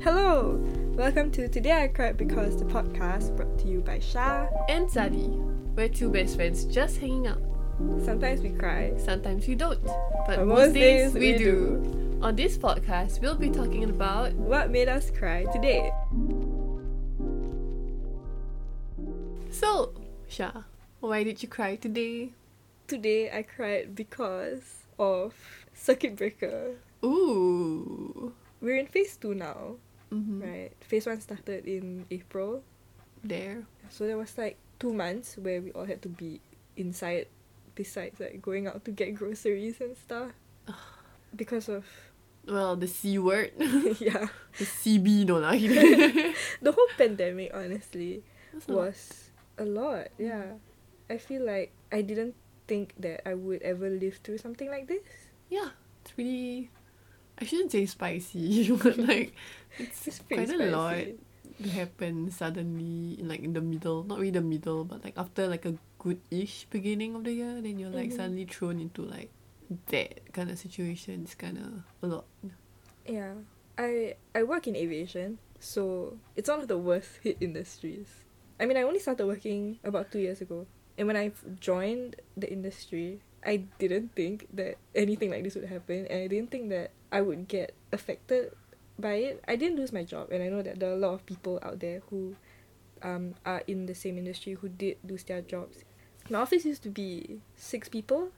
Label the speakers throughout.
Speaker 1: Hello! Welcome to Today I Cried Because the podcast brought to you by Shah.
Speaker 2: and Sadi. We're two best friends just hanging out.
Speaker 1: Sometimes we cry.
Speaker 2: Sometimes we don't, but
Speaker 1: But most
Speaker 2: most
Speaker 1: days
Speaker 2: days we,
Speaker 1: we
Speaker 2: do. On this podcast, we'll be talking about
Speaker 1: What made us cry today?
Speaker 2: so, Shah, why did you cry today?
Speaker 1: Today I cried because of Circuit Breaker.
Speaker 2: Ooh.
Speaker 1: We're in phase two now,
Speaker 2: Mhm.
Speaker 1: right? Phase one started in April.
Speaker 2: There.
Speaker 1: So there was like two months where we all had to be inside, besides like going out to get groceries and stuff. Because of,
Speaker 2: Well, the C word.
Speaker 1: yeah,
Speaker 2: the CB, no lah.
Speaker 1: the whole pandemic, honestly.
Speaker 2: That's not-
Speaker 1: was a lot. Yeah,
Speaker 2: Mm-hmm.
Speaker 1: I feel like I didn't think that I would ever live through something like this.
Speaker 2: Yeah, it's really. I shouldn't say spicy, but like, it's,
Speaker 1: It's pretty
Speaker 2: quite a lot
Speaker 1: spicy.
Speaker 2: to happen suddenly, in like in the middle. Not really the middle, but like after like a good ish beginning of the year, then you're like
Speaker 1: Mhm.
Speaker 2: suddenly thrown into like that kind of situation. It's kind of a lot.
Speaker 1: Yeah, I I work in aviation, so it's one of the worst hit industries. I mean, I only started working about two years ago, and when I joined the industry, I didn't think that anything like this would happen, and I didn't think that I would get affected by it. I didn't lose my job, and I know that there are a lot of people out there who um, are in the same industry who did lose their jobs. My office used to be six people,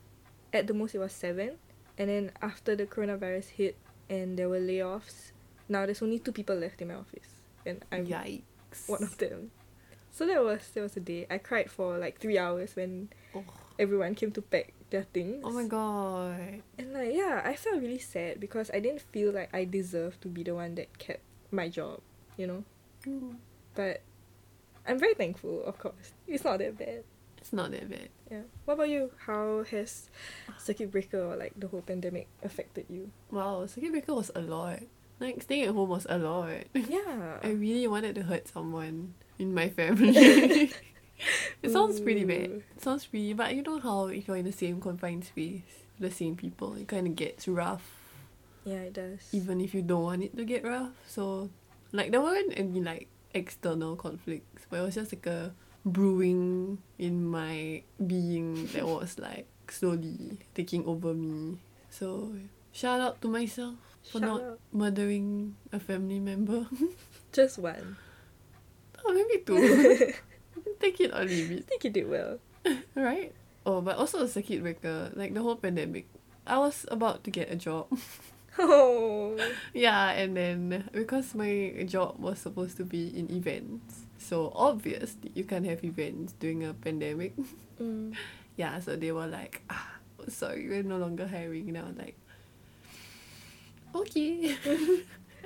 Speaker 1: at the most it was seven, and then after the coronavirus hit and there were layoffs, now there's only two people left in my office, and I'm
Speaker 2: Yikes.
Speaker 1: one of them. So that was that was a day. I cried for like three hours when
Speaker 2: Oh.
Speaker 1: everyone came to pack their things.
Speaker 2: Oh my god.
Speaker 1: And like yeah, I felt really sad because I didn't feel like I deserved to be the one that kept my job, you know. Mm. But I'm very thankful, of course. It's not that bad.
Speaker 2: It's not that bad.
Speaker 1: Yeah. What about you? How has circuit breaker or like the whole pandemic affected you?
Speaker 2: Wow, circuit breaker was a lot. Like staying at home was a lot.
Speaker 1: Yeah.
Speaker 2: I really wanted to hurt someone in my family. it sounds pretty bad.
Speaker 1: Ooh.
Speaker 2: It sounds pretty, but you know how if you're in the same confined space, the same people, it kind of gets rough,
Speaker 1: Yeah, it does.
Speaker 2: even if you don't want it to get rough. So, like there weren't any like external conflicts, but it was just like a brewing in my being that was like slowly taking over me. So, shout out to myself for
Speaker 1: Shout
Speaker 2: not
Speaker 1: out.
Speaker 2: murdering a family member.
Speaker 1: Just one.
Speaker 2: Oh, maybe two.
Speaker 1: I
Speaker 2: Take it or leave it,
Speaker 1: think you did well.
Speaker 2: right? Oh, but also a circuit breaker, like the whole pandemic. I was about to get a job.
Speaker 1: Oh.
Speaker 2: yeah, and then because my job was supposed to be in events, so obviously you can't have events during a pandemic.
Speaker 1: Mm.
Speaker 2: yeah, so they were like, ah, sorry, we're no longer hiring. And I was like, okay.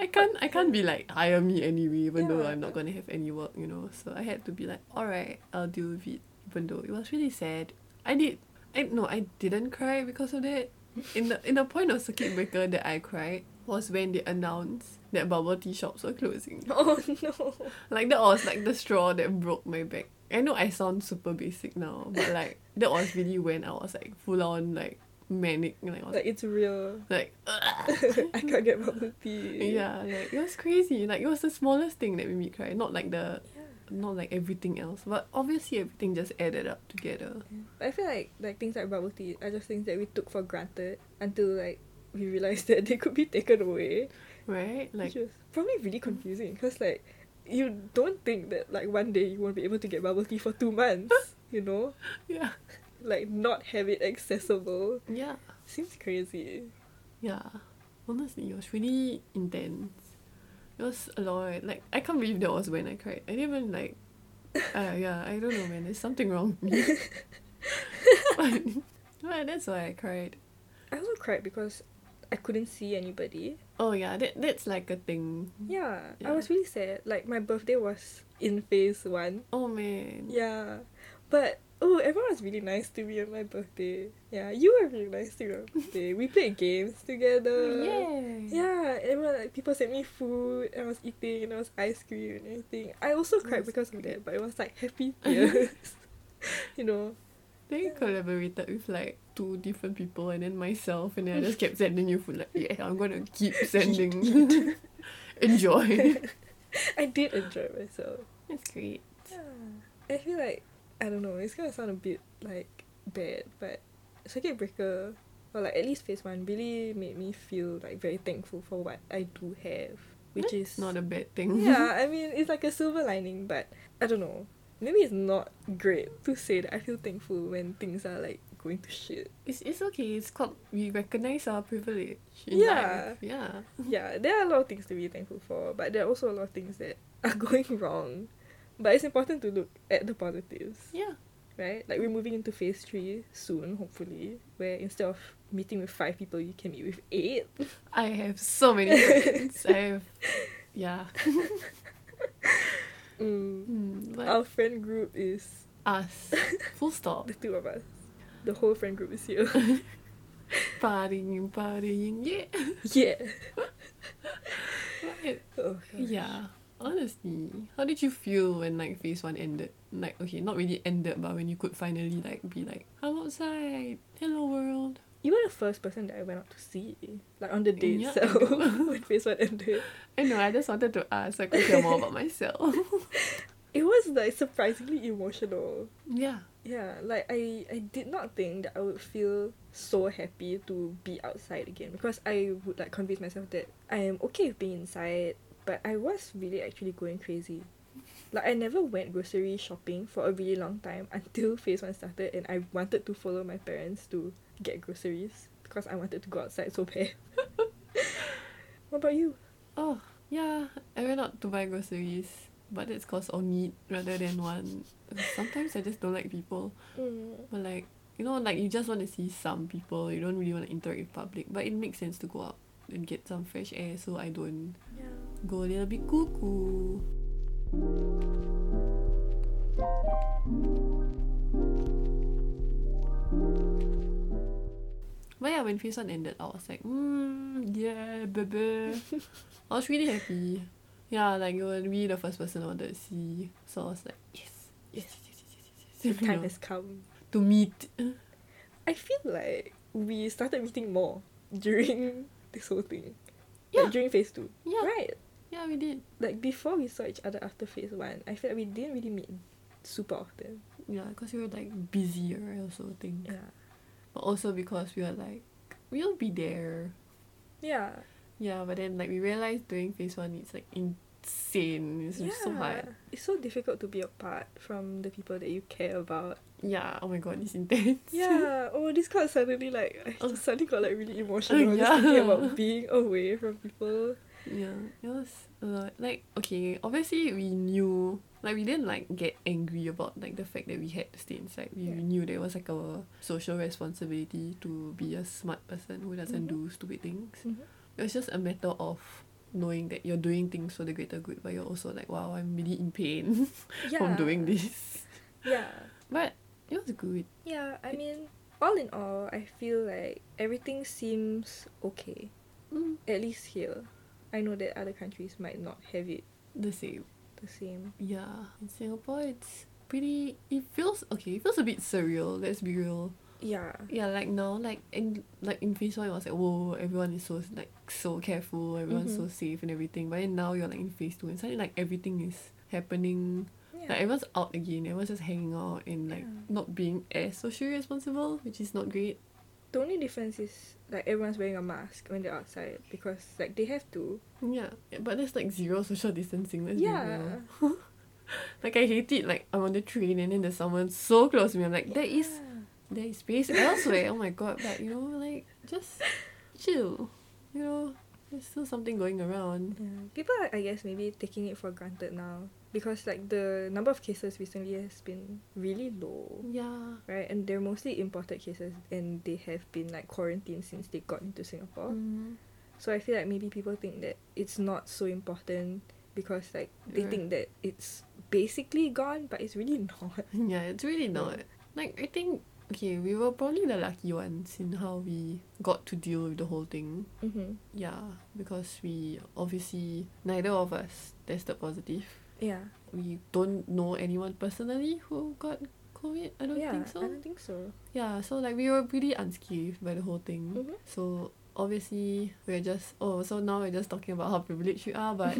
Speaker 2: I can't I can't be like hire me anyway, even though I'm not
Speaker 1: Yeah.
Speaker 2: gonna have any work, you know. So I had to be like, alright, I'll deal with it. Even though it was really sad. I did I no, I didn't cry because of that. In the in the point of circuit breaker that I cried was when they announced that bubble tea shops were closing.
Speaker 1: Oh no.
Speaker 2: Like that was like the straw that broke my back. I know I sound super basic now, but like that was really when I was like full on like manic and like I was
Speaker 1: Like it's real.
Speaker 2: like
Speaker 1: I can't get bubble tea.
Speaker 2: yeah, like it was crazy. Like it was the smallest thing that made me cry. Not like the
Speaker 1: Yeah.
Speaker 2: not like everything else, but obviously everything just added up together.
Speaker 1: But I feel like like things like bubble tea are just things that we took for granted until like we realized that they could be taken away.
Speaker 2: Right? Like
Speaker 1: which was probably really confusing because like you don't think that like one day you won't be able to get bubble tea for two months. you know,
Speaker 2: yeah.
Speaker 1: like not have it accessible
Speaker 2: Yeah.
Speaker 1: seems crazy.
Speaker 2: Yeah. Honestly, it was really intense. It was a lot. Like I can't believe that was when I cried. I didn't even like uh, yeah, I don't know man, there's something wrong with me. but, but that's why I cried.
Speaker 1: I also cried because I couldn't see anybody.
Speaker 2: Oh yeah, that that's like a thing.
Speaker 1: Yeah, I
Speaker 2: Yeah.
Speaker 1: was really sad. Like my birthday was in phase one.
Speaker 2: Oh man.
Speaker 1: Yeah, but oh, everyone was really nice to me on my birthday. Yeah, you were really nice to me on my birthday. we played games together.
Speaker 2: Yay.
Speaker 1: Yeah, everyone like people sent me food. and I was eating and I was ice cream and everything. I also cried
Speaker 2: That's
Speaker 1: because of that, but it was like happy tears. you know.
Speaker 2: They collaborated with like two different people and then myself and then I just kept sending you food like yeah I'm gonna keep sending Enjoy.
Speaker 1: I did enjoy myself.
Speaker 2: That's great.
Speaker 1: Yeah. I feel like I don't know. It's gonna sound a bit like bad, but circuit breaker, or like at least phase one, really made me feel like very thankful for what I do have, which is
Speaker 2: It's not a bad thing.
Speaker 1: yeah. I mean, it's like a silver lining, but I don't know. Maybe it's not great to say that I feel thankful when things are like going to shit.
Speaker 2: It's, it's okay. It's called we recognize our privilege. In
Speaker 1: Yeah.
Speaker 2: Life. Yeah.
Speaker 1: yeah, there are a lot of things to be thankful for, but there are also a lot of things that are going wrong. But it's important to look at the positives.
Speaker 2: Yeah.
Speaker 1: right? Like we're moving into phase three soon, hopefully, where instead of meeting with five people, you can meet with eight.
Speaker 2: I have so many friends. I have. Yeah.
Speaker 1: Mm.
Speaker 2: Mm, but
Speaker 1: Our friend group is
Speaker 2: us. Full stop.
Speaker 1: the two of us. The whole friend group is here.
Speaker 2: Partying, partying. Yeah.
Speaker 1: yeah.
Speaker 2: Right.
Speaker 1: Oh, gosh.
Speaker 2: Yeah. Honestly, how did you feel when like phase one ended? Like okay, not really ended, but when you could finally like be like, I'm outside. Hello world.
Speaker 1: You were the first person that I went out to see, like on the day
Speaker 2: Yeah, I
Speaker 1: itself
Speaker 2: know.
Speaker 1: when phase one ended.
Speaker 2: I know. I just wanted to ask like okay more about myself.
Speaker 1: It was like surprisingly emotional.
Speaker 2: yeah.
Speaker 1: Yeah, like I, I did not think that I would feel so happy to be outside again because I would like convince myself that I am okay with being inside, but I was really actually going crazy. Like I never went grocery shopping for a really long time until phase one started and I wanted to follow my parents to get groceries because I wanted to go outside so bad. what about you?
Speaker 2: Oh yeah. I went out to buy groceries, but it's cause of need rather than one. Sometimes I just don't like people. But like you know, like you just want to see some people. You don't really want to interact with public. But it makes sense to go out and get some fresh air. So I don't
Speaker 1: Yeah.
Speaker 2: go a little bit cuckoo. But yeah, when phase one ended, I was like, mm, yeah, baby. I was really happy. Yeah, like you were really the first person I wanted to see. So I was like, yes, yes, yes, yes, yes, yes, yes.
Speaker 1: The time
Speaker 2: You know,
Speaker 1: has come.
Speaker 2: to meet.
Speaker 1: I feel like we started meeting more during this whole thing.
Speaker 2: Yeah.
Speaker 1: Like during phase two.
Speaker 2: Yeah,
Speaker 1: Right.
Speaker 2: yeah, we did.
Speaker 1: Like before we saw each other after phase one, I feel like we didn't really meet super often.
Speaker 2: Yeah, because we were like busier, I also think.
Speaker 1: Yeah.
Speaker 2: But also because we were like, we'll be there.
Speaker 1: Yeah.
Speaker 2: Yeah, but then like we realized doing phase one it's like insane. It's just so hard.
Speaker 1: It's so difficult to be apart from the people that you care about.
Speaker 2: Yeah. Oh my god, it's intense.
Speaker 1: Yeah. oh, this got suddenly like I
Speaker 2: Oh.
Speaker 1: just suddenly got like really emotional
Speaker 2: yeah.
Speaker 1: just thinking about being away from people.
Speaker 2: yeah. It was a lot. Like okay, obviously we knew like we didn't like get angry about like the fact that we had to stay inside. We
Speaker 1: Yeah.
Speaker 2: knew there was like a social responsibility to be a smart person who doesn't
Speaker 1: Mhm.
Speaker 2: do stupid things. It was just a matter of knowing that you're doing things for the greater good, but you're also like, wow, I'm really in pain
Speaker 1: Yeah.
Speaker 2: from doing this.
Speaker 1: Yeah.
Speaker 2: But it was good.
Speaker 1: Yeah. I mean, all in all, I feel like everything seems okay.
Speaker 2: Mm,
Speaker 1: At least here. I know that other countries might not have it
Speaker 2: the same.
Speaker 1: the same.
Speaker 2: Yeah, in Singapore, it's pretty. It feels okay. It feels a bit surreal. Let's be real.
Speaker 1: Yeah.
Speaker 2: Yeah, like now, like in like in phase one, it was like whoa, everyone is so like so careful, everyone's so
Speaker 1: Mhm.
Speaker 2: safe and everything. But then now you're like in phase two, and suddenly like everything is happening.
Speaker 1: Yeah.
Speaker 2: Like everyone's out again. Everyone's just hanging out and like
Speaker 1: Yeah.
Speaker 2: not being as socially responsible, which is not great.
Speaker 1: the only difference is like everyone's wearing a mask when they're outside because like they have to.
Speaker 2: Yeah, but there's like zero social distancing. Let's be real.
Speaker 1: yeah.
Speaker 2: Like I hate it. Like I'm on the train and then there's someone so close to me. I'm like, there is there is space elsewhere. oh my god! But you know, like just chill. You know, there's still something going around.
Speaker 1: Yeah. People are, I guess maybe taking it for granted now because like the number of cases recently has been really low.
Speaker 2: Yeah.
Speaker 1: Right, and they're mostly imported cases, and they have been like quarantined since they got into Singapore.
Speaker 2: Mm.
Speaker 1: So I feel like maybe people think that it's not so important because like they
Speaker 2: Yeah.
Speaker 1: think that it's basically gone, but it's really not.
Speaker 2: Yeah, it's really not. Like I think okay, we were probably the lucky ones in how we got to deal with the whole thing.
Speaker 1: Mm-hmm.
Speaker 2: Yeah, because we obviously neither of us tested positive.
Speaker 1: Yeah.
Speaker 2: we don't know anyone personally who got COVID. I don't
Speaker 1: yeah,
Speaker 2: think so.
Speaker 1: I don't think so.
Speaker 2: Mm-hmm. Yeah, so like we were pretty unscathed by the whole thing.
Speaker 1: Mhm.
Speaker 2: So obviously we're just oh so now we're just talking about how privileged we are, but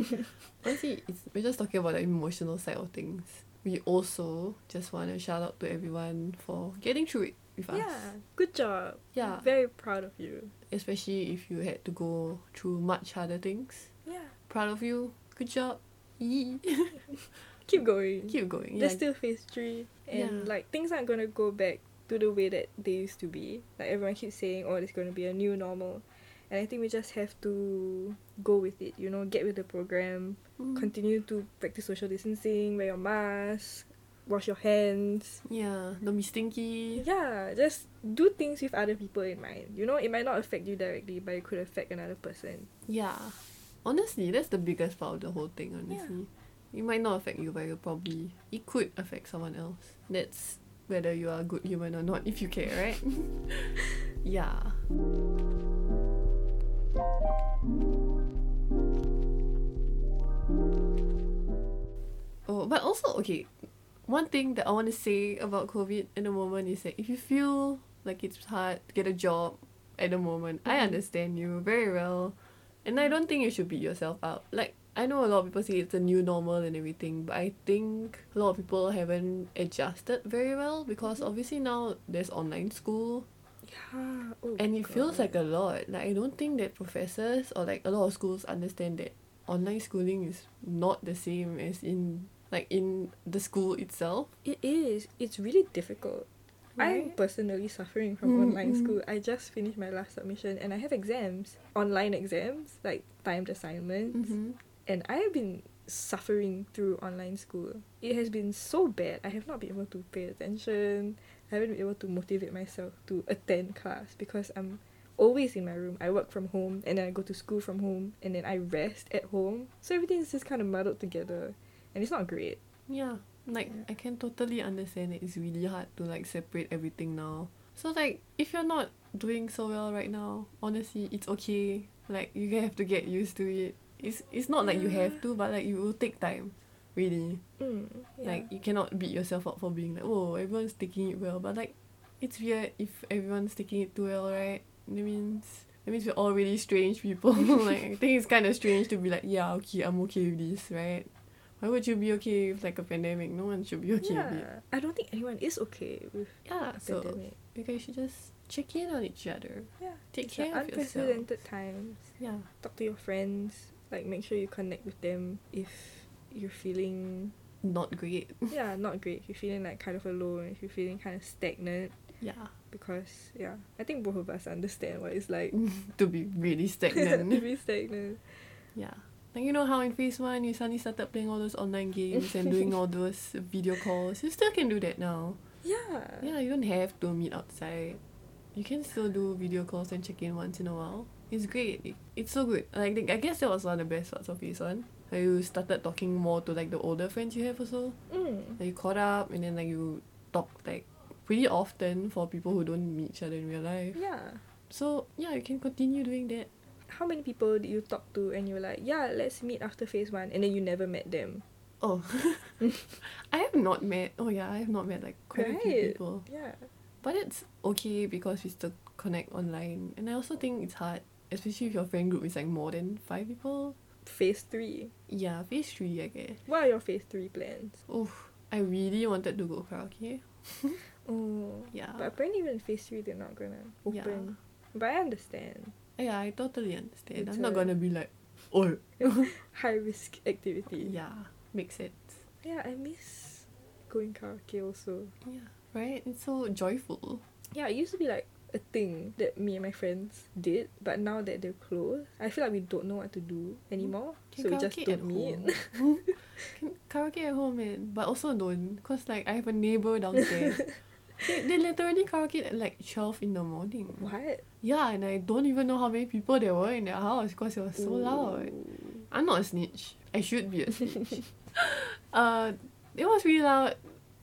Speaker 2: honestly, it's, we're just talking about the emotional side of things. We also just want to shout out to everyone for getting through it with us.
Speaker 1: Yeah, good job.
Speaker 2: Yeah.
Speaker 1: Very proud of you.
Speaker 2: Especially if you had to go through much harder things.
Speaker 1: Yeah.
Speaker 2: Proud of you. Good job. Yee.
Speaker 1: Keep going.
Speaker 2: Keep going.
Speaker 1: There's still phase three, and
Speaker 2: Yeah.
Speaker 1: like things aren't gonna go back to the way that they used to be. Like everyone keeps saying, "Oh, there's gonna be a new normal," and I think we just have to go with it. You know, get with the program.
Speaker 2: Mm.
Speaker 1: Continue to practice social distancing. Wear your mask. Wash your hands.
Speaker 2: Yeah. Don't be stinky.
Speaker 1: Yeah, just do things with other people in mind. You know, it might not affect you directly, but it could affect another person.
Speaker 2: Yeah. Honestly, that's the biggest part of the whole thing, honestly. It might not affect you, but it probably it could affect someone else. That's whether you are a good human or not, if you care, right? yeah. Oh, but also okay. One thing that I want to say about COVID at the moment is that if you feel like it's hard to get a job at the moment, I
Speaker 1: Mhm.
Speaker 2: understand you very well. And I don't think you should beat yourself up. Like, I know a lot of people say it's a new normal and everything, but I think a lot of people haven't adjusted very well because obviously now there's online school
Speaker 1: Yeah. Oh
Speaker 2: and it feels
Speaker 1: God.
Speaker 2: like a lot. Like, I don't think that professors or like a lot of schools understand that online schooling is not the same as in like in the school itself.
Speaker 1: It is. It's really difficult. I'm
Speaker 2: right?
Speaker 1: personally suffering from
Speaker 2: Mm,
Speaker 1: online
Speaker 2: mm.
Speaker 1: school. I just finished my last submission and I have exams, online exams, like timed assignments.
Speaker 2: Mhm.
Speaker 1: And I have been suffering through online school. It has been so bad. I have not been able to pay attention. I haven't been able to motivate myself to attend class because I'm always in my room. I work from home and then I go to school from home and then I rest at home. So everything's just kind of muddled together and it's not great.
Speaker 2: Yeah, like
Speaker 1: Yeah.
Speaker 2: I can totally understand that it's really hard to like separate everything now. So like if you're not doing so well right now, honestly, it's okay. Like you have to get used to it. It's it's not like you have to, but like it will take time, really.
Speaker 1: Mm, yeah.
Speaker 2: Like you cannot beat yourself up for being like, oh, everyone's taking it well, but like it's weird if everyone's taking it too well, right? That means that means we're all really strange people. like I think it's kind of strange to be like, yeah, okay, I'm okay with this, right? Why would you be okay with like a pandemic? No one should be okay with it.
Speaker 1: yeah. I don't think anyone is okay with
Speaker 2: Yeah, Ah, so
Speaker 1: pandemic.
Speaker 2: you guys should just check in on each other.
Speaker 1: Yeah.
Speaker 2: Take
Speaker 1: it's
Speaker 2: care
Speaker 1: an
Speaker 2: of yourself.
Speaker 1: unprecedented times.
Speaker 2: Yeah.
Speaker 1: Talk to your friends. Like make sure you connect with them if you're feeling
Speaker 2: Not great.
Speaker 1: yeah, not great. If you're feeling like kind of alone, if you're feeling kind of stagnant
Speaker 2: Yeah.
Speaker 1: because yeah. I think both of us understand what it's like
Speaker 2: to be really stagnant.
Speaker 1: to be stagnant.
Speaker 2: Yeah. Like you know how in phase one you suddenly started playing all those online games and doing all those video calls. You still can do that now.
Speaker 1: Yeah.
Speaker 2: Yeah, you don't have to meet outside. You can still do video calls and check in once in a while. It's great. It, it's so good. Like I guess that was one of the best parts of phase one. Like you started talking more to like the older friends you have also.
Speaker 1: Mm.
Speaker 2: Like you caught up and then like you talk like pretty often for people who don't meet each other in real life.
Speaker 1: Yeah.
Speaker 2: So yeah, you can continue doing that.
Speaker 1: How many people did you talk to and you were like, Yeah, let's meet after phase one and then you never met them?
Speaker 2: Oh, I have not met. Oh yeah, I have not met like quite a few
Speaker 1: Right.
Speaker 2: people.
Speaker 1: Yeah.
Speaker 2: But it's okay because we still connect online, and I also think it's hard, especially if your friend group is like more than five people.
Speaker 1: Phase three.
Speaker 2: Yeah, phase three, I guess.
Speaker 1: What are your phase three plans?
Speaker 2: Oh, I really wanted to go karaoke.
Speaker 1: Oh.
Speaker 2: Yeah,
Speaker 1: But apparently, even phase three, they're not gonna open. But I understand
Speaker 2: yeah, I totally understand.
Speaker 1: It's
Speaker 2: I'm not
Speaker 1: a-
Speaker 2: gonna be like, oh,
Speaker 1: high risk activity.
Speaker 2: yeah, makes sense.
Speaker 1: Yeah, I miss going karaoke also.
Speaker 2: Yeah, right. It's so joyful.
Speaker 1: Yeah, it used to be like a thing that me and my friends did, but now that they're closed, I feel like we don't know what to do anymore.
Speaker 2: Can
Speaker 1: so we just
Speaker 2: karaoke
Speaker 1: don't meet.
Speaker 2: home. Can karaoke at home, man. But also don't, cause like I have a neighbor downstairs. they, they literally karaoke at like twelve in the morning.
Speaker 1: what?
Speaker 2: Yeah, and I don't even know how many people there were in their house, cause it was so loud.
Speaker 1: Ooh.
Speaker 2: I'm not a snitch. I should be a snitch. uh, it was really loud.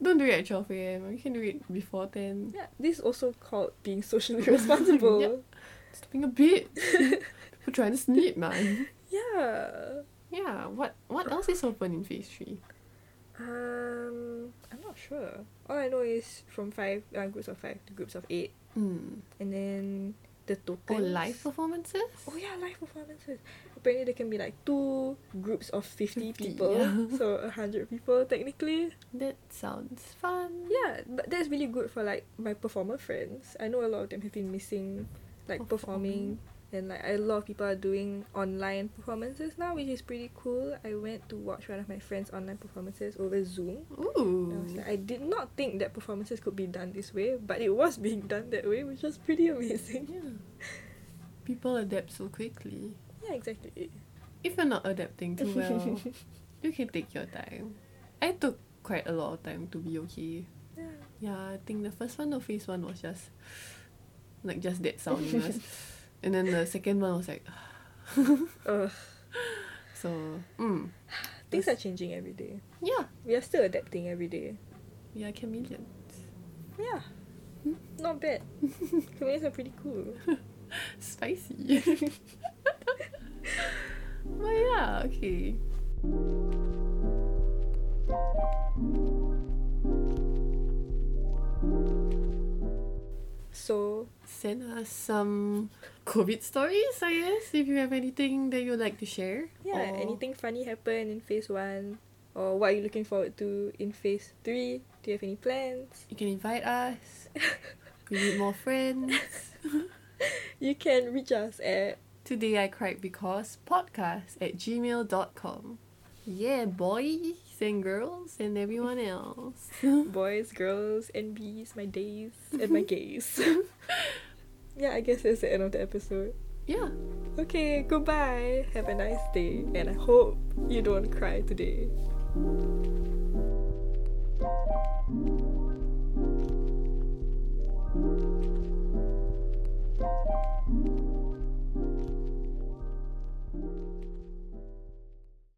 Speaker 2: Don't do it at twelve a.m. You can do it before ten.
Speaker 1: Yeah, this is also called being socially responsible.
Speaker 2: Yeah. Stop being a bitch. People trying to sleep, man.
Speaker 1: yeah.
Speaker 2: Yeah. What What else is open in phase three?
Speaker 1: Um, I'm not sure. All I know is from five uh, groups of five to groups of eight.
Speaker 2: Mm.
Speaker 1: and then the total
Speaker 2: Oh, live performances?
Speaker 1: Oh yeah, live performances. Apparently there can be like two groups of fifty
Speaker 2: 50,
Speaker 1: people,
Speaker 2: yeah.
Speaker 1: so a hundred people technically.
Speaker 2: That sounds fun.
Speaker 1: Yeah, but that's really good for like my performer friends. I know a lot of them have been missing, like performing, and like a lot of people are doing online performances now, which is pretty cool. I went to watch one of my friends' online performances over Zoom. And I was
Speaker 2: Ooh.
Speaker 1: like, I did not think that performances could be done this way, but it was being done that way, which was pretty amazing.
Speaker 2: Yeah. People adapt so quickly.
Speaker 1: Yeah, exactly.
Speaker 2: If you're not adapting too well, you can take your time. I took quite a lot of time to be okay.
Speaker 1: Yeah.
Speaker 2: Yeah, I think the first one, the phase one was just like just that soundness. and then the second one was like
Speaker 1: Ugh.
Speaker 2: so mm,
Speaker 1: Things are changing every day.
Speaker 2: yeah.
Speaker 1: We are still adapting every day.
Speaker 2: We are chameleon.
Speaker 1: Yeah. Hmm? Not bad. Comedians are pretty cool.
Speaker 2: Spicy. but yeah, okay.
Speaker 1: So,
Speaker 2: Send us some COVID stories, I guess, if you have anything that you'd like to share.
Speaker 1: yeah,
Speaker 2: or-
Speaker 1: anything funny happened in phase one? Or what are you looking forward to in phase three? Do you have any plans?
Speaker 2: You can invite us. we need more friends.
Speaker 1: You can reach us at
Speaker 2: Today I Cried Because podcast at gmail.com. Yeah, boys and girls and everyone else.
Speaker 1: boys, girls, and bees, my days, and my gays. yeah, I guess that's the end of the episode.
Speaker 2: yeah.
Speaker 1: Okay, goodbye. Have a nice day, and I hope you don't cry today.